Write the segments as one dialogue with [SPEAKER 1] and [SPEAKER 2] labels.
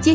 [SPEAKER 1] 接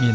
[SPEAKER 2] 面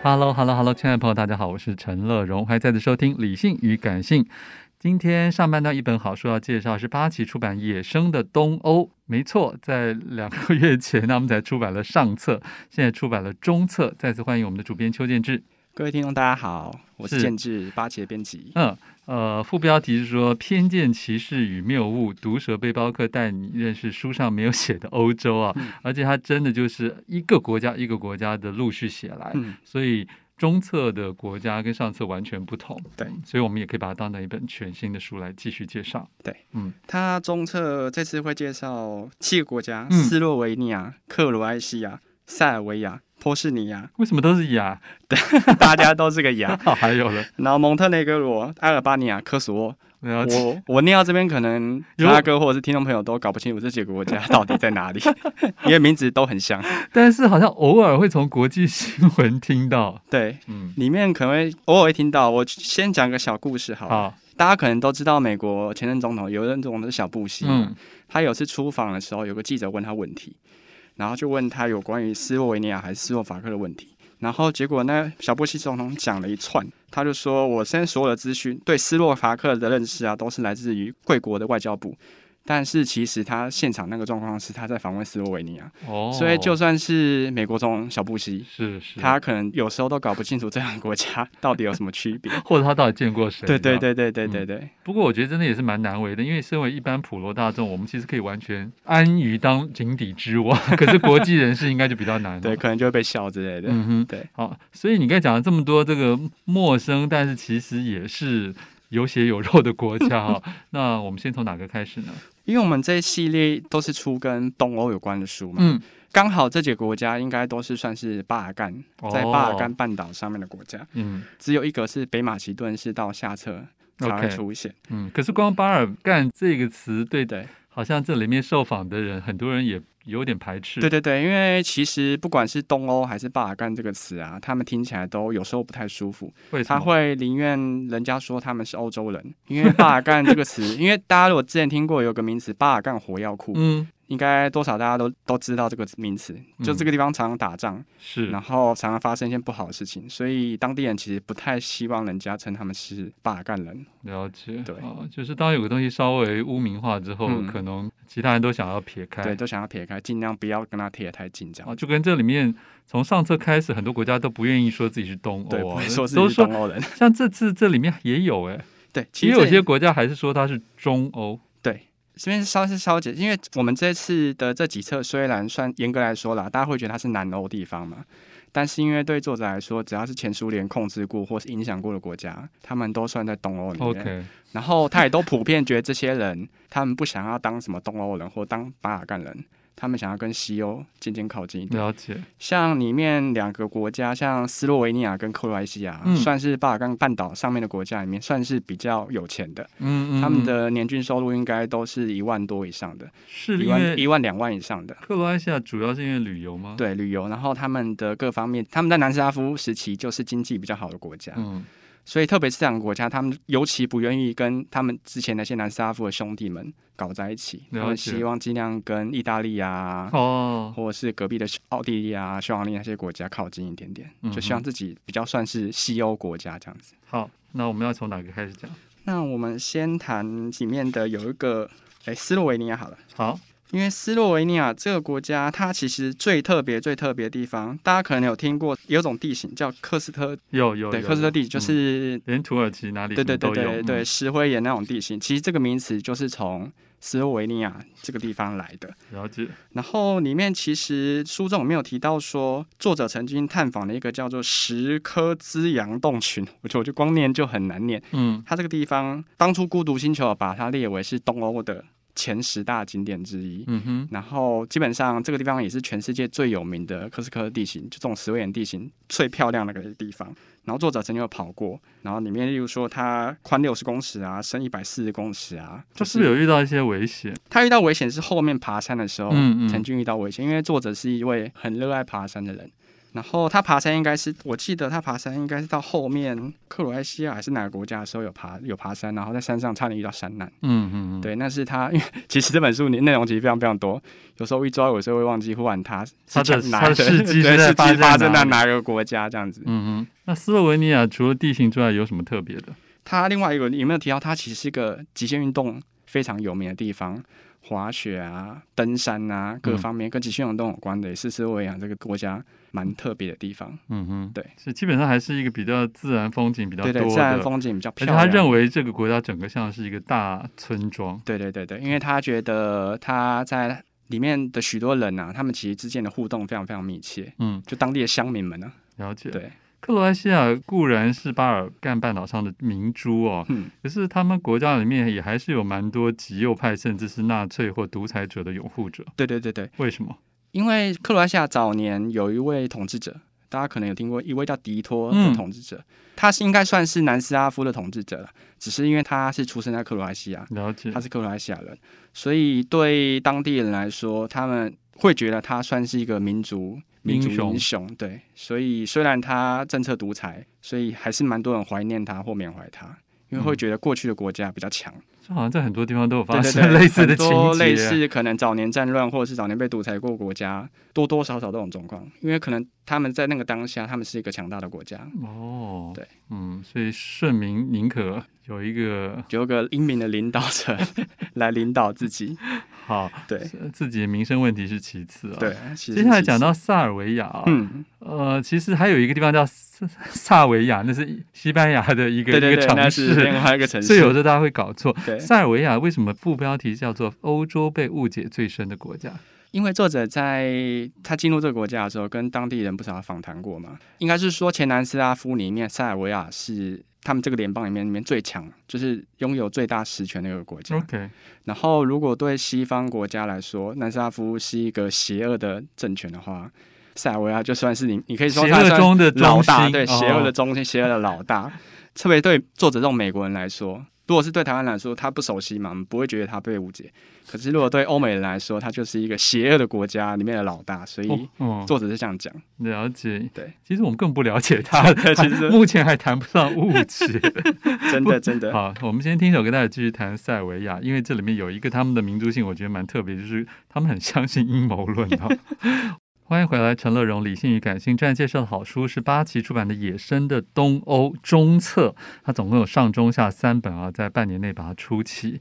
[SPEAKER 3] h e l l o h e l l o h e l l o 亲爱的朋友，大家好，我是陈乐荣，欢迎再次收听《理性与感性》。今天上半段一本好书要介绍是八旗出版《野生的东欧》，没错，在两个月前他们才出版了上册，现在出版了中册。再次欢迎我们的主编邱建志。
[SPEAKER 4] 各位听众，大家好，我是
[SPEAKER 3] 是
[SPEAKER 4] 建志八旗的编辑。
[SPEAKER 3] 嗯，呃，副标题是说《偏见、歧视与谬误》，毒舌背包客带你认识书上没有写的欧洲啊，
[SPEAKER 4] 嗯
[SPEAKER 3] 而且它真的就是一个国家一个国家的陆续写来，
[SPEAKER 4] 嗯，
[SPEAKER 3] 所以中册的国家跟上册完全不同。嗯
[SPEAKER 4] 对，
[SPEAKER 3] 所以我们也可以把它当成一本全新的书来继续介绍。嗯
[SPEAKER 4] 他中册这次会介绍七个国家：
[SPEAKER 3] 嗯，
[SPEAKER 4] 斯洛维尼亚、克罗埃西亚、塞尔维亚、波士尼亚
[SPEAKER 3] 为什么都是 雅？
[SPEAKER 4] 大家都是个牙。
[SPEAKER 3] 好，还有了，
[SPEAKER 4] 然后蒙特内哥罗、阿尔巴尼亚、科索沃。
[SPEAKER 3] 了解。
[SPEAKER 4] 我我念到这边，可能
[SPEAKER 3] 有
[SPEAKER 4] 大哥或者是听众朋友都搞不清楚这几个国家 到底 在哪里，因为名字都很像。
[SPEAKER 3] 但是好像偶尔会从国际新闻听到，
[SPEAKER 4] 对，
[SPEAKER 3] 嗯，
[SPEAKER 4] 里面可能会偶尔会听到。我先讲个小故事好了
[SPEAKER 3] 好，
[SPEAKER 4] 大家可能都知道，美国前任总统有任总统是小布希嘛，
[SPEAKER 3] 嗯
[SPEAKER 4] 他有次出访的时候，有个记者问他问题，然后就问他有关于斯洛维尼亚还是斯洛伐克的问题。然后结果呢，小布希总统讲了一串，他就说：“我现在所有的资讯对斯洛伐克的认识啊，都是来自于贵国的外交部。”但是其实他现场那个状况是他在访问斯洛维尼亚，
[SPEAKER 3] 哦，
[SPEAKER 4] 所以就算是美国总统小布希，
[SPEAKER 3] 是是
[SPEAKER 4] 他可能有时候都搞不清楚这两个国家 到底有什么 区别。
[SPEAKER 3] 或者他到底见过谁？
[SPEAKER 4] 对对
[SPEAKER 3] 你知道吗。嗯
[SPEAKER 4] 对对对对对。
[SPEAKER 3] 不过我觉得真的也是蛮难为的，因为身为一般普罗大众，我们其实可以完全安于当井底之 蛙，可是国际人士应该就比较难了。
[SPEAKER 4] 对，可能就会被笑之类的。
[SPEAKER 3] 嗯哼，
[SPEAKER 4] 对。
[SPEAKER 3] 好，所以你刚才讲了这么多这个陌生，但是其实也是有血有肉的国 家哈、那我们先从哪个开始呢？
[SPEAKER 4] 因为我们这一系列都是出跟东欧有关的书嘛，
[SPEAKER 3] 嗯，
[SPEAKER 4] 刚好这几个国家应该都是算是巴尔干，
[SPEAKER 3] 哦
[SPEAKER 4] 在巴尔干半岛上面的国家，
[SPEAKER 3] 嗯
[SPEAKER 4] 只有一个是北马其顿是到下册才
[SPEAKER 3] OK
[SPEAKER 4] 会出现。
[SPEAKER 3] 嗯。可是光巴尔干这个词，对的，
[SPEAKER 4] 对
[SPEAKER 3] 好像这里面受访的人，很多人也有点排斥。
[SPEAKER 4] 对对对，因为其实不管是东欧还是巴尔干这个词啊，他们听起来都有时候不太舒服，
[SPEAKER 3] 为什
[SPEAKER 4] 他
[SPEAKER 3] 么？
[SPEAKER 4] 会宁愿人家说他们是欧洲人，因为巴尔干这个词， 因为大家如果之前听过有个名词巴尔干火药库，
[SPEAKER 3] 嗯，
[SPEAKER 4] 应该多少大家都都知道这个名词，就这个地方常常打仗。
[SPEAKER 3] 是
[SPEAKER 4] 然后常常发生一些不好的事情，所以当地人其实不太希望人家称他们是巴尔干人。
[SPEAKER 3] 了解。
[SPEAKER 4] 对
[SPEAKER 3] 哦，就是当有个东西稍微污名化之后，
[SPEAKER 4] 嗯
[SPEAKER 3] 可能其他人都想要撇开。
[SPEAKER 4] 对，都想要撇开，尽量不要跟他贴得太近，这样、
[SPEAKER 3] 啊，就跟这里面从上册开始，很多国家都不愿意说自己是东
[SPEAKER 4] 对，
[SPEAKER 3] 欧
[SPEAKER 4] 不
[SPEAKER 3] 啊，
[SPEAKER 4] 会说自
[SPEAKER 3] 都
[SPEAKER 4] 己是
[SPEAKER 3] 说
[SPEAKER 4] 东欧人。
[SPEAKER 3] 像这次这里面也有哎、
[SPEAKER 4] 对，
[SPEAKER 3] 其
[SPEAKER 4] 其
[SPEAKER 3] 实
[SPEAKER 4] 实
[SPEAKER 3] 有
[SPEAKER 4] 这
[SPEAKER 3] 些国家还是说它是中欧，
[SPEAKER 4] 对这边稍事稍解，因为我们这次的这几册虽然算严格来说啦，大家会觉得它是南欧地方嘛，但是因为对作者来说，只要是前苏联控制过或是影响过的国家，他们都算在东欧里面。
[SPEAKER 3] OK，
[SPEAKER 4] 然后他也都普遍觉得这些人，他们不想要当什么东欧人或当巴尔干人，他们想要跟西欧渐渐靠近一点。
[SPEAKER 3] 了解，
[SPEAKER 4] 像里面两个国家，像斯洛维尼亚跟克罗埃西亚，
[SPEAKER 3] 嗯
[SPEAKER 4] 算是巴尔干半岛上面的国家里面算是比较有钱的，
[SPEAKER 3] 嗯嗯，
[SPEAKER 4] 他
[SPEAKER 3] 嗯
[SPEAKER 4] 们的年均收入应该都是一万多以上的，
[SPEAKER 3] 是
[SPEAKER 4] 一
[SPEAKER 3] 因
[SPEAKER 4] 万
[SPEAKER 3] 为
[SPEAKER 4] 一万两万以上的。
[SPEAKER 3] 克罗埃西亚主要是因为旅游吗？，
[SPEAKER 4] 对旅游，然后他们的各方面，他们在南斯拉夫时期就是经济比较好的国家，
[SPEAKER 3] 嗯，
[SPEAKER 4] 所以特别是这两个国家，他们尤其不愿意跟他们之前那些南斯拉夫的兄弟们搞在一起，
[SPEAKER 3] 了解
[SPEAKER 4] 他们希望尽量跟意大利啊。
[SPEAKER 3] 哦，
[SPEAKER 4] 或者是隔壁的奥地利啊、匈牙利那些国家靠近一点点
[SPEAKER 3] 嗯，哼
[SPEAKER 4] 就希望自己比较算是西欧国家这样子。
[SPEAKER 3] 好，那我们要从哪个开始讲？
[SPEAKER 4] 那我们先谈里面的有一个，哎，斯洛维尼亚好了，
[SPEAKER 3] 好，
[SPEAKER 4] 因为斯洛维尼亚这个国家，它其实最特别、最特别的地方，大家可能有听过，有种地形叫科斯特，
[SPEAKER 3] 有有
[SPEAKER 4] 对，
[SPEAKER 3] 有
[SPEAKER 4] 科斯特地
[SPEAKER 3] 有嗯
[SPEAKER 4] 形就是，
[SPEAKER 3] 连土耳其哪里
[SPEAKER 4] 对对
[SPEAKER 3] 什
[SPEAKER 4] 对
[SPEAKER 3] 么都有
[SPEAKER 4] 对对，
[SPEAKER 3] 嗯
[SPEAKER 4] 石灰岩那种地形。其实这个名词就是从斯洛维尼亚这个地方来的。
[SPEAKER 3] 了解，
[SPEAKER 4] 然后里面其实书中有没有提到说，作者曾经探访了一个叫做石科兹羊洞群，我就我就光念就很难念。
[SPEAKER 3] 嗯，
[SPEAKER 4] 它这个地方当初《孤独星球》把它列为是东欧的前十大景点之一。
[SPEAKER 3] 嗯哼，
[SPEAKER 4] 然后基本上这个地方也是全世界最有名的科斯科地形，就这种石灰岩地形最漂亮的一个地方。然后作者曾经有跑过，然后里面例如说它宽六十公尺啊，深一百四十公尺啊，
[SPEAKER 3] 就
[SPEAKER 4] 就是
[SPEAKER 3] 不
[SPEAKER 4] 是
[SPEAKER 3] 是有遇到一些危险？
[SPEAKER 4] 他遇到危险是后面爬山的时候，
[SPEAKER 3] 嗯嗯
[SPEAKER 4] 曾经遇到危险，因为作者是一位很热爱爬山的人。然后他爬山应该是，我记得他爬山应该是到后面克罗埃西亚还是哪个国家的时候有爬有爬山，然后在山上差点遇到山难。
[SPEAKER 3] 嗯嗯，嗯，
[SPEAKER 4] 对，那是他，因为 其实这本书里内容其实非常非常多，有时候一抓有时候会忘记，忽然他是
[SPEAKER 3] 他的
[SPEAKER 4] 讲哪
[SPEAKER 3] 他的
[SPEAKER 4] 个
[SPEAKER 3] 事迹 是在
[SPEAKER 4] 对事迹
[SPEAKER 3] 发生
[SPEAKER 4] 发生
[SPEAKER 3] 哪
[SPEAKER 4] 在
[SPEAKER 3] 里
[SPEAKER 4] 哪个国家这样子。
[SPEAKER 3] 嗯哼，那斯洛文尼亚除了地形之外有什么特别的？
[SPEAKER 4] 他另外一个有没有提到，他其实是一个极限运动非常有名的地方，滑雪啊、登山啊，
[SPEAKER 3] 嗯
[SPEAKER 4] 各方面跟极限运动有关的，也是斯洛维亚这个国家蛮特别的地方。
[SPEAKER 3] 嗯哼，
[SPEAKER 4] 对，
[SPEAKER 3] 是基本上还是一个比较自然风景比较
[SPEAKER 4] 对
[SPEAKER 3] 多的，
[SPEAKER 4] 对，自然风景比较
[SPEAKER 3] 而且
[SPEAKER 4] 漂
[SPEAKER 3] 他
[SPEAKER 4] 亮。
[SPEAKER 3] 认为这个国家整个像是一个大村庄。
[SPEAKER 4] 对对对对，因为他觉得他在里面的许多人啊，他们其实之间的互动非常非常密切，
[SPEAKER 3] 嗯，
[SPEAKER 4] 就当地的乡民们呢、
[SPEAKER 3] 了解。
[SPEAKER 4] 啊，对，
[SPEAKER 3] 克罗埃西亚固然是巴尔干半岛上的明珠哦，
[SPEAKER 4] 嗯，
[SPEAKER 3] 可是他们国家里面也还是有蛮多极右派，甚至是纳粹或独裁者的拥护者。
[SPEAKER 4] 对对对对，
[SPEAKER 3] 为什么？
[SPEAKER 4] 因为克罗埃西亚早年有一位统治者，大家可能有听过一位叫迪托
[SPEAKER 3] 嗯
[SPEAKER 4] 的统治者，他是应该算是南斯拉夫的统治者了，只是因为他是出生在克罗埃西亚，
[SPEAKER 3] 了解
[SPEAKER 4] 他。是克罗埃西亚人，所以对当地人来说，他们会觉得他算是一个民族。民族
[SPEAKER 3] 英雄
[SPEAKER 4] 英雄，对，所以虽然他政策独裁，所以还是蛮多人怀念他或缅怀他，因为会
[SPEAKER 3] 嗯
[SPEAKER 4] 觉得过去的国家比较强。
[SPEAKER 3] 这好像在很多地方都有发
[SPEAKER 4] 对对
[SPEAKER 3] 生
[SPEAKER 4] 对
[SPEAKER 3] 类似的
[SPEAKER 4] 很
[SPEAKER 3] 情
[SPEAKER 4] 多
[SPEAKER 3] 节。啊
[SPEAKER 4] 类似可能早年战乱或者是早年被独裁过国家，多多少少都有这种状况，因为可能他们在那个当下，他们是一个强大的国家，
[SPEAKER 3] 哦，
[SPEAKER 4] 对，
[SPEAKER 3] 嗯，所以顺民宁可有一个
[SPEAKER 4] 有一个英明的领导者 来领导自己，
[SPEAKER 3] 好，
[SPEAKER 4] 对
[SPEAKER 3] 自己的民生问题是其次啊、
[SPEAKER 4] 对。。其实
[SPEAKER 3] 接下来讲，到萨尔维亚、啊，
[SPEAKER 4] 其实嗯，
[SPEAKER 3] 呃，其实还有一个地方叫萨萨维亚，那是西班牙的一个
[SPEAKER 4] 对对对
[SPEAKER 3] 一，个
[SPEAKER 4] 那
[SPEAKER 3] 城
[SPEAKER 4] 是另
[SPEAKER 3] 市，
[SPEAKER 4] 外一个 城市，
[SPEAKER 3] 所以有时候大家会搞错。
[SPEAKER 4] 对，
[SPEAKER 3] 塞尔维亚为什么副标题叫做“欧洲被误解最深的国家
[SPEAKER 4] 因为作者在他进入这个国家的时候，跟当地人不少访谈过嘛，应该是说前南斯拉夫里面，塞尔维亚是他们这个联邦里面里面最强，就是拥有最大实权的一个国”。家。
[SPEAKER 3] OK，
[SPEAKER 4] 然后，如果对西方国家来说，南斯拉夫是一个邪恶的政权的话，塞尔维亚就算是你，你可以说
[SPEAKER 3] 邪
[SPEAKER 4] 它
[SPEAKER 3] 恶
[SPEAKER 4] 算
[SPEAKER 3] 中的中
[SPEAKER 4] 老大，
[SPEAKER 3] 心哦
[SPEAKER 4] 对，邪恶的中心，邪恶的老大。特别对作者这种美国人来说，如果是对台湾来说，他不熟悉嘛，我们不会觉得他被误解。可是如果对欧美人来说，他就是一个邪恶的国家里面的老大，所以
[SPEAKER 3] 哦，哦
[SPEAKER 4] 作者是这样讲。
[SPEAKER 3] 了解。
[SPEAKER 4] 对，
[SPEAKER 3] 其实我们更不了解 它，
[SPEAKER 4] 其实
[SPEAKER 3] 目前还谈不上误解。
[SPEAKER 4] 真的，真的，
[SPEAKER 3] 哦好，我们先听一首歌，待会继续谈塞尔维亚，因为这里面有一个他们的民族性，我觉得蛮特别，就是他们很相信阴谋论的。 欢迎回来，陈乐荣，理性与感性。站介绍的好书是八旗出版的《野生的东欧中册》，它总共有上中下三本啊，在半年内把它出齐。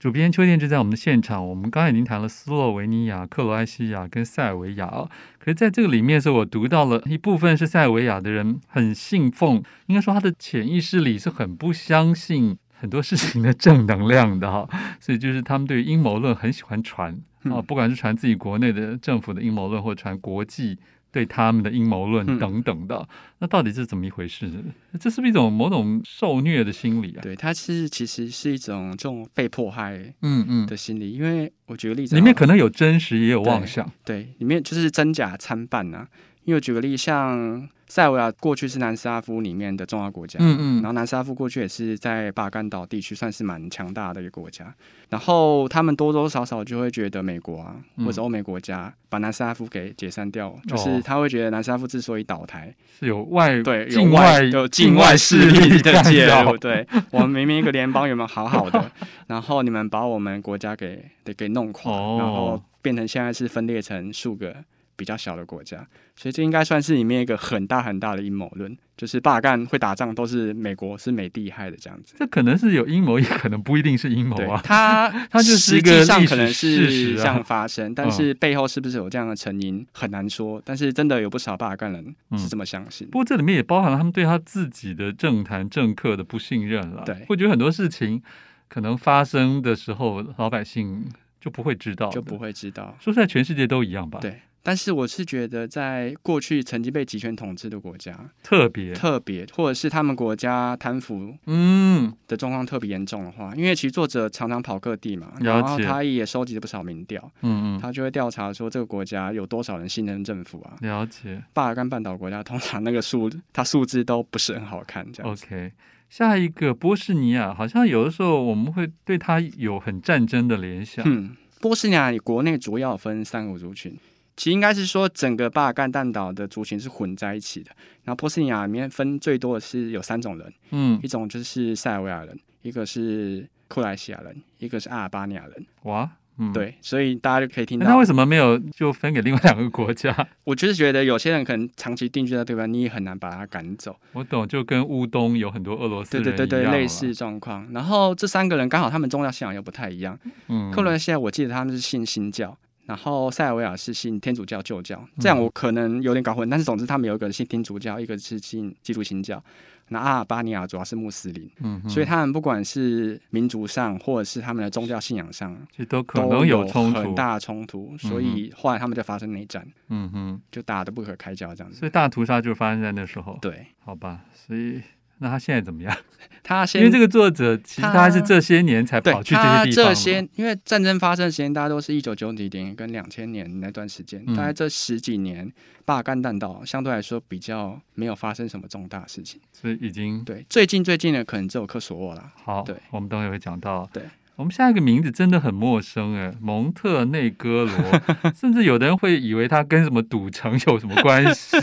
[SPEAKER 3] 主编邱建志在我们的现场，我们刚才已经谈了斯洛维尼亚、克罗埃西亚跟塞尔维亚啊，可是在这个里面的时候，我读到了一部分是塞尔维亚的人很信奉，应该说他的潜意识里是很不相信很多事情的正能量的 哈，所以就是他们对阴谋论很喜欢传啊，
[SPEAKER 4] 嗯
[SPEAKER 3] 不管是传自己国内的政府的阴谋论，或传国际。对他们的阴谋论
[SPEAKER 4] 嗯
[SPEAKER 3] 等等的，那到底是怎么一回事？这是不是一种某种受虐的心理啊？
[SPEAKER 4] 对，他是其实是一种这种被迫害
[SPEAKER 3] 嗯嗯，
[SPEAKER 4] 的心理，因为我举个例子好
[SPEAKER 3] 里
[SPEAKER 4] 了，
[SPEAKER 3] 面可能有真实，也有妄想。
[SPEAKER 4] 对，里面就是真假参半啊。因为举个例，像塞尔维亚过去是南斯拉夫里面的重要国家，
[SPEAKER 3] 嗯
[SPEAKER 4] 然后
[SPEAKER 3] 嗯，
[SPEAKER 4] 南斯拉夫过去也是在巴尔干岛地区算是蛮强大的一个国家，然后他们多多少少就会觉得美国啊
[SPEAKER 3] 嗯
[SPEAKER 4] 或者欧美国家把南斯拉夫给解散掉，就
[SPEAKER 3] 哦
[SPEAKER 4] 是他会觉得南斯拉夫之所以倒台，
[SPEAKER 3] 是有外
[SPEAKER 4] 对有
[SPEAKER 3] 境外
[SPEAKER 4] 有境外势力的
[SPEAKER 3] 干
[SPEAKER 4] 介
[SPEAKER 3] 扰
[SPEAKER 4] 入，，对我们明明一个联邦有没有好好的，然后你们把我们国家给给给弄垮，
[SPEAKER 3] 哦
[SPEAKER 4] 然后变成现在是分裂成数个比较小的国家，所以这应该算是里面一个很大很大的阴谋论，就是巴尔干会打仗都是美国是美帝害的这样子。
[SPEAKER 3] 这可能是有阴谋，也可能不一定是阴谋
[SPEAKER 4] 对
[SPEAKER 3] 啊。
[SPEAKER 4] 它，
[SPEAKER 3] 它就是
[SPEAKER 4] 实
[SPEAKER 3] 一个
[SPEAKER 4] 际上
[SPEAKER 3] 历
[SPEAKER 4] 可
[SPEAKER 3] 史
[SPEAKER 4] 能
[SPEAKER 3] 事
[SPEAKER 4] 是
[SPEAKER 3] 实啊嗯
[SPEAKER 4] 这样发生，但是背后是不是有这样的成因很难说。但是真的有不少巴尔干人
[SPEAKER 3] 嗯
[SPEAKER 4] 是这么相信。
[SPEAKER 3] 不过这里面也包含了他们对他自己的政坛政客的不信任了。
[SPEAKER 4] 对
[SPEAKER 3] 我觉得很多事情可能发生的时候，老百姓就不会知道，
[SPEAKER 4] 就不。会知道。
[SPEAKER 3] 说实在，全世界都一样吧。，
[SPEAKER 4] 对，但是我是觉得，在过去曾经被集权统治的国家，
[SPEAKER 3] 特别，
[SPEAKER 4] 特别或者是他们国家贪腐
[SPEAKER 3] 嗯，
[SPEAKER 4] 的状况特别严重的话，因为其实作者常常跑各地嘛，
[SPEAKER 3] 了
[SPEAKER 4] 然后
[SPEAKER 3] 解
[SPEAKER 4] 他也收集了不少民调，
[SPEAKER 3] 嗯嗯，
[SPEAKER 4] 他就会调查说这个国家有多少人信任政府啊。
[SPEAKER 3] 了解。
[SPEAKER 4] 巴尔干半岛国家通常那个数，它数字都不是很好看，这样子。
[SPEAKER 3] OK，下一个波士尼亚，好像有的时候我们会对他有很战争的联想。
[SPEAKER 4] 嗯，波斯尼亚国内主要分三个族群，其实应该是说整个巴尔干半岛的族群是混在一起的。然后波斯尼亚里面分最多的是有三种人，
[SPEAKER 3] 嗯
[SPEAKER 4] 一，种就是塞尔维亚人，一个是库莱西亚人，一个是阿尔巴尼亚人。
[SPEAKER 3] 哇，嗯，。
[SPEAKER 4] 对，所以大家就可以听
[SPEAKER 3] 那他
[SPEAKER 4] 到
[SPEAKER 3] 为。什么没有就分给另外两个国家？
[SPEAKER 4] 我就是觉得有些人可能长期定居在对方，你也很难把他赶走。
[SPEAKER 3] 我懂，就跟乌东有很多俄罗斯
[SPEAKER 4] 对
[SPEAKER 3] 人
[SPEAKER 4] 对对
[SPEAKER 3] 一
[SPEAKER 4] 对，
[SPEAKER 3] 样啊
[SPEAKER 4] 类
[SPEAKER 3] 了
[SPEAKER 4] 似，状况。然后这三个人刚好他们宗教信仰又不太一样。
[SPEAKER 3] 嗯，
[SPEAKER 4] 克罗地亚我记得他们是信新教，然后塞尔维亚是信天主教旧教，
[SPEAKER 3] 嗯
[SPEAKER 4] 这样我可能有点搞混，但是总之他们有一个人信天主教，一个是信基督新教。那阿尔巴尼亚主要是穆斯林，
[SPEAKER 3] 嗯哼，
[SPEAKER 4] 所以他们不管是民族上或者是他们的宗教信仰上，
[SPEAKER 3] 其实都可
[SPEAKER 4] 都
[SPEAKER 3] 能有冲
[SPEAKER 4] 很
[SPEAKER 3] 突，
[SPEAKER 4] 大的冲突，所以后来他们就发生内战，
[SPEAKER 3] 嗯哼，
[SPEAKER 4] 就打得不可开交这样子。
[SPEAKER 3] 所以大屠杀就发生在那时候，
[SPEAKER 4] 对
[SPEAKER 3] 好吧？所以那他现在怎么样？
[SPEAKER 4] 他先
[SPEAKER 3] 因为这个作者其实他
[SPEAKER 4] 他
[SPEAKER 3] 是这些年才
[SPEAKER 4] 对
[SPEAKER 3] 跑去这些
[SPEAKER 4] 他
[SPEAKER 3] 地方
[SPEAKER 4] 这
[SPEAKER 3] 的，
[SPEAKER 4] 些，因为战争发生的时间，大家都是一九九几年跟两千年那段时间，
[SPEAKER 3] 嗯
[SPEAKER 4] 大概这十几年，巴尔干半岛相对来说比较没有发生什么重大事情。
[SPEAKER 3] 所以已经
[SPEAKER 4] 对，最近最近的可能只有科索沃啦。
[SPEAKER 3] 好，
[SPEAKER 4] 对
[SPEAKER 3] 我们等会会讲到，
[SPEAKER 4] 对。
[SPEAKER 3] 我们下一个名字真的很陌生哎，蒙特内哥罗， 甚至有的人会以为他跟什么赌城有什么关 系。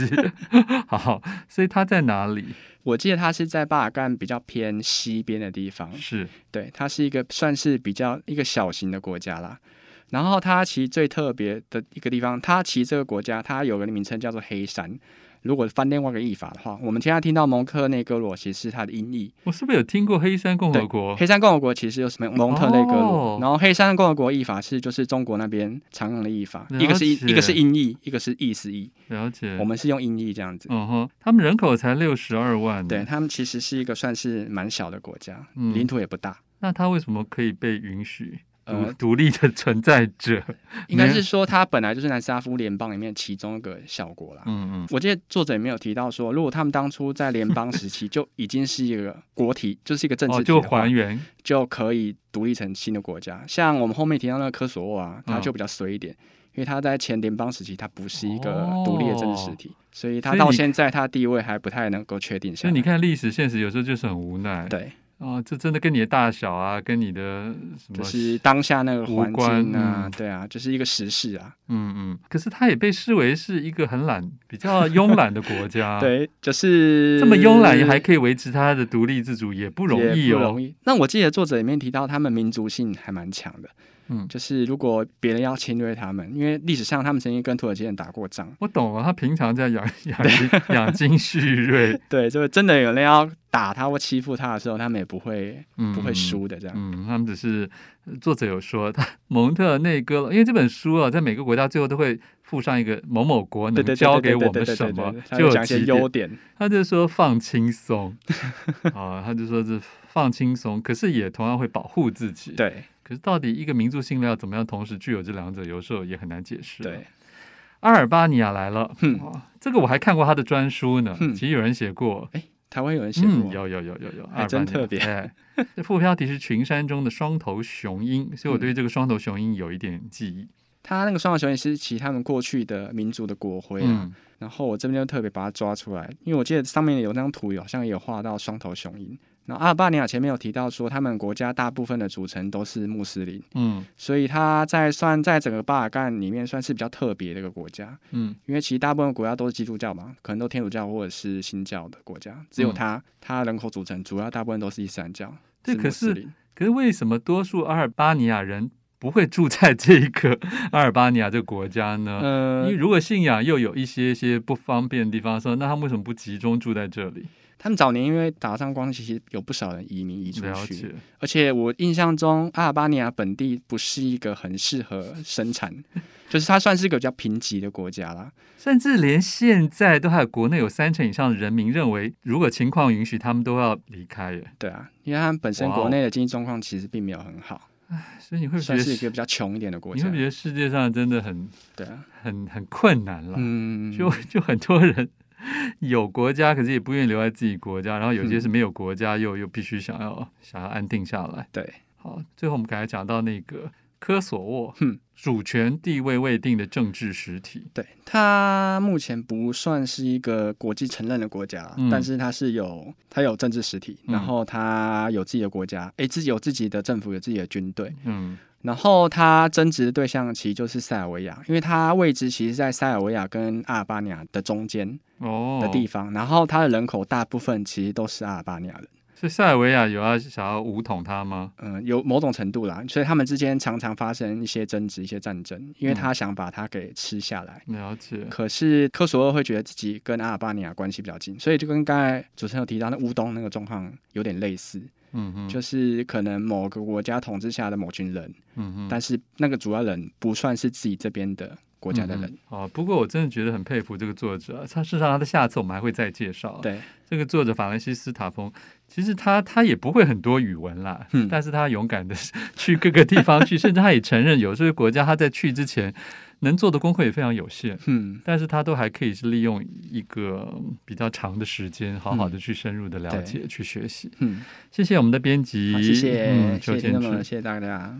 [SPEAKER 3] 好，所以他在哪里？
[SPEAKER 4] 我记得它是在巴尔干比较偏西边的地方，
[SPEAKER 3] 是
[SPEAKER 4] 对，它是一个算是比较一个小型的国家啦。然后它其实最特别的一个地方，它其实这个国家它有个名称叫做黑山。如果翻另外一个译法的话，我们现在听到蒙特内哥罗其实是它的音译，
[SPEAKER 3] 我是不是有听过黑山共和国？
[SPEAKER 4] 黑山共和国其实就是蒙蒙特内哥罗，
[SPEAKER 3] 哦
[SPEAKER 4] 然后黑山共和国译法是就是中国那边常用的译法，
[SPEAKER 3] 了解
[SPEAKER 4] 一个是音一个是音译，一个是意思译，
[SPEAKER 3] 了解
[SPEAKER 4] 我，们是用音译这样子。
[SPEAKER 3] 嗯哼，他们人口才六十二万，
[SPEAKER 4] 对，他们其实是一个算是蛮小的国家，
[SPEAKER 3] 嗯
[SPEAKER 4] 领土也不大，
[SPEAKER 3] 那他为什么可以被允许独、
[SPEAKER 4] 呃
[SPEAKER 3] 独立的存在 者？
[SPEAKER 4] 应
[SPEAKER 3] 啊
[SPEAKER 4] 该是说它本来就是南斯拉夫联邦里面其中一个小国啦。
[SPEAKER 3] 嗯嗯，
[SPEAKER 4] 我记得作者也没有提到说，如果他们当初在联邦时期就已经是一个国体， 就是一个政治
[SPEAKER 3] 哦，
[SPEAKER 4] 体的
[SPEAKER 3] 就
[SPEAKER 4] 话
[SPEAKER 3] 还原，
[SPEAKER 4] 就可以独立成新的国家。像我们后面提到那个科索沃啊，
[SPEAKER 3] 嗯
[SPEAKER 4] 它就比较衰一点，因为它在前联邦时期它不是一个独立的政治实体，所
[SPEAKER 3] 所
[SPEAKER 4] 以它
[SPEAKER 3] 以你
[SPEAKER 4] 到现在它地位还不太能够确定
[SPEAKER 3] 哦所
[SPEAKER 4] 下来。
[SPEAKER 3] 以你看历史现实有时候就是很无奈。，
[SPEAKER 4] 对，
[SPEAKER 3] 哦，这真的跟你的大小啊，跟你的什么，
[SPEAKER 4] 就是当下那个
[SPEAKER 3] 嗯
[SPEAKER 4] 环
[SPEAKER 3] 无
[SPEAKER 4] 境
[SPEAKER 3] 关
[SPEAKER 4] 啊，
[SPEAKER 3] 嗯
[SPEAKER 4] 对啊，就是一个时事啊，，
[SPEAKER 3] 嗯嗯，可是他也被视为是一个很懒、比较慵懒的国家。
[SPEAKER 4] 对，就
[SPEAKER 3] 啊
[SPEAKER 4] 是
[SPEAKER 3] 这么慵懒还可以维持他的独立自主，也不容易
[SPEAKER 4] 也
[SPEAKER 3] 哦。
[SPEAKER 4] 不容易。那我记得作者里面提到，他们民族性还蛮强的，
[SPEAKER 3] 嗯
[SPEAKER 4] 就是如果别人要侵略他们，因为历史上他们曾经跟土耳其人打过仗，
[SPEAKER 3] 我懂啊了，他平常在养 养精养精蓄锐，
[SPEAKER 4] 对，就是真的有人要打他或欺负他的时候，他们也不会
[SPEAKER 3] 嗯，
[SPEAKER 4] 不会输的这样。
[SPEAKER 3] 嗯，他们只是呃作者有说，他蒙特内哥罗，因为这本书啊，在每个国家最后都会附上一个某某国
[SPEAKER 4] 对
[SPEAKER 3] 能
[SPEAKER 4] 对，
[SPEAKER 3] 教嗯给我
[SPEAKER 4] 对
[SPEAKER 3] 们
[SPEAKER 4] 对
[SPEAKER 3] 什
[SPEAKER 4] 对对
[SPEAKER 3] 么
[SPEAKER 4] 对，他
[SPEAKER 3] 就嗯
[SPEAKER 4] 会
[SPEAKER 3] 有
[SPEAKER 4] 讲一些
[SPEAKER 3] 几
[SPEAKER 4] 优
[SPEAKER 3] 点。
[SPEAKER 4] 点，
[SPEAKER 3] 他就说放轻松啊，他就说是放轻松，可是也同样会保护自己。，
[SPEAKER 4] 对
[SPEAKER 3] 可是到底一个民族信料怎么样同时具有这两者，有时候也很难解释。
[SPEAKER 4] 对，，
[SPEAKER 3] 阿尔巴尼亚来了，
[SPEAKER 4] 哼
[SPEAKER 3] 哇这个我还看过他的专书呢，
[SPEAKER 4] 哼
[SPEAKER 3] 其实有人写过。
[SPEAKER 4] 台湾有人写哦
[SPEAKER 3] 嗯，
[SPEAKER 4] 过，
[SPEAKER 3] 有有有有有，
[SPEAKER 4] 还真
[SPEAKER 3] 阿尔巴尼亚
[SPEAKER 4] 特别
[SPEAKER 3] 哎，
[SPEAKER 4] 嗯
[SPEAKER 3] 这副标题是群山中的双头雄鹰，所以我对这个双头雄鹰有一点记忆。
[SPEAKER 4] 他那个双脚球也是骑他们过去的民族的国徽啊。
[SPEAKER 3] 嗯，
[SPEAKER 4] 然后我这边就特别把它抓出来，因为我记得上面有张图，好像也有画到双头雄鹰。然后阿尔巴尼亚前面有提到说，他们国家大部分的组成都是穆斯林，
[SPEAKER 3] 嗯
[SPEAKER 4] 所以它在算在整个巴尔干里面算是比较特别的一个国家。
[SPEAKER 3] 嗯
[SPEAKER 4] 因为其实大部分国家都是基督教嘛，可能都天主教或者是新教的国家，只有
[SPEAKER 3] 嗯
[SPEAKER 4] 它，它人口组成主要大部分都是伊斯兰教，
[SPEAKER 3] 对可
[SPEAKER 4] 穆斯
[SPEAKER 3] 是
[SPEAKER 4] 林
[SPEAKER 3] 可是为什么多数阿尔巴尼亚人不会住在这一个阿尔巴尼亚这个国家呢？因
[SPEAKER 4] 呃
[SPEAKER 3] 为，如果信仰又有一些些不方便的地方的时候，那他们为什么不集中住在这里？
[SPEAKER 4] 他们早年因为打上光，其实有不少人移民移出
[SPEAKER 3] 了
[SPEAKER 4] 去，
[SPEAKER 3] 解，
[SPEAKER 4] 而且我印象中阿尔巴尼亚本地不是一个很适合 生产，就是它算是一个比较贫瘠的国家啦。
[SPEAKER 3] 甚至连现在都还有国内有三成以上的人民认为，如果情况允许，他们都要离开耶。
[SPEAKER 4] 对啊，因为它本身
[SPEAKER 3] 哇哦
[SPEAKER 4] 国内的经济状况其实并没有很好，
[SPEAKER 3] 所以你会觉
[SPEAKER 4] 算
[SPEAKER 3] 得
[SPEAKER 4] 是一个比较穷一点的国
[SPEAKER 3] 哦你
[SPEAKER 4] 家
[SPEAKER 3] 会。觉得世界上真的很
[SPEAKER 4] 对啊，
[SPEAKER 3] 很很困难了。
[SPEAKER 4] 嗯，
[SPEAKER 3] 就就很多人有国家，可是也不愿意留在自己国家，然后有些是没有国家，又又必须想要想要安定下来。
[SPEAKER 4] 对，
[SPEAKER 3] 好，最后我们刚才讲到那个科索沃，
[SPEAKER 4] 嗯，
[SPEAKER 3] 主权地位未定的政治实体，
[SPEAKER 4] 对，它目前不算是一个国际承认的国家啦，
[SPEAKER 3] 嗯
[SPEAKER 4] 但是它是有它有政治实体，
[SPEAKER 3] 嗯
[SPEAKER 4] 然后它有自己的国家，诶，自己有自己的政府，有自己的军队，
[SPEAKER 3] 嗯
[SPEAKER 4] 然后它争执的对象其实就是塞尔维亚，因为它位置其实在塞尔维亚跟阿尔巴尼亚的中间
[SPEAKER 3] 哦
[SPEAKER 4] 的地方，然后它的人口大部分其实都是阿尔巴尼亚人，
[SPEAKER 3] 所以塞尔维亚有要想要武统他吗？
[SPEAKER 4] 嗯、有某种程度啦，所以他们之间常常发生一些争执、一些战争，因为他想把它给吃下来。
[SPEAKER 3] 了解，
[SPEAKER 4] 可是科索沃会觉得自己跟阿尔巴尼亚关系比较近，所以就跟刚才主持人有提到那乌东那个状况有点类似，
[SPEAKER 3] 嗯哼，
[SPEAKER 4] 就是可能某个国家统治下的某群人，
[SPEAKER 3] 嗯哼，
[SPEAKER 4] 但是那个主要人不算是自己这边的国家的人。
[SPEAKER 3] 嗯哼哦，不过我真的觉得很佩服这个作者，啊他事实上他的下次我们还会再介绍。啊
[SPEAKER 4] 对，
[SPEAKER 3] 这个作者法兰西斯塔峰，其实他他也不会很多语文啦，
[SPEAKER 4] 嗯
[SPEAKER 3] 但是他勇敢的 去各个地方去，甚至他也承认有这些国家他在去之前能做的功课也非常有限，
[SPEAKER 4] 嗯，
[SPEAKER 3] 但是他都还可以是利用一个比较长的时间，好好的去深入的了解、去学习。
[SPEAKER 4] 嗯，
[SPEAKER 3] 谢谢我们的编辑，
[SPEAKER 4] 好，谢谢，
[SPEAKER 3] 嗯，
[SPEAKER 4] 谢
[SPEAKER 3] 邱
[SPEAKER 4] 谢
[SPEAKER 3] 建
[SPEAKER 4] 那么
[SPEAKER 3] 志。
[SPEAKER 4] 谢谢大家。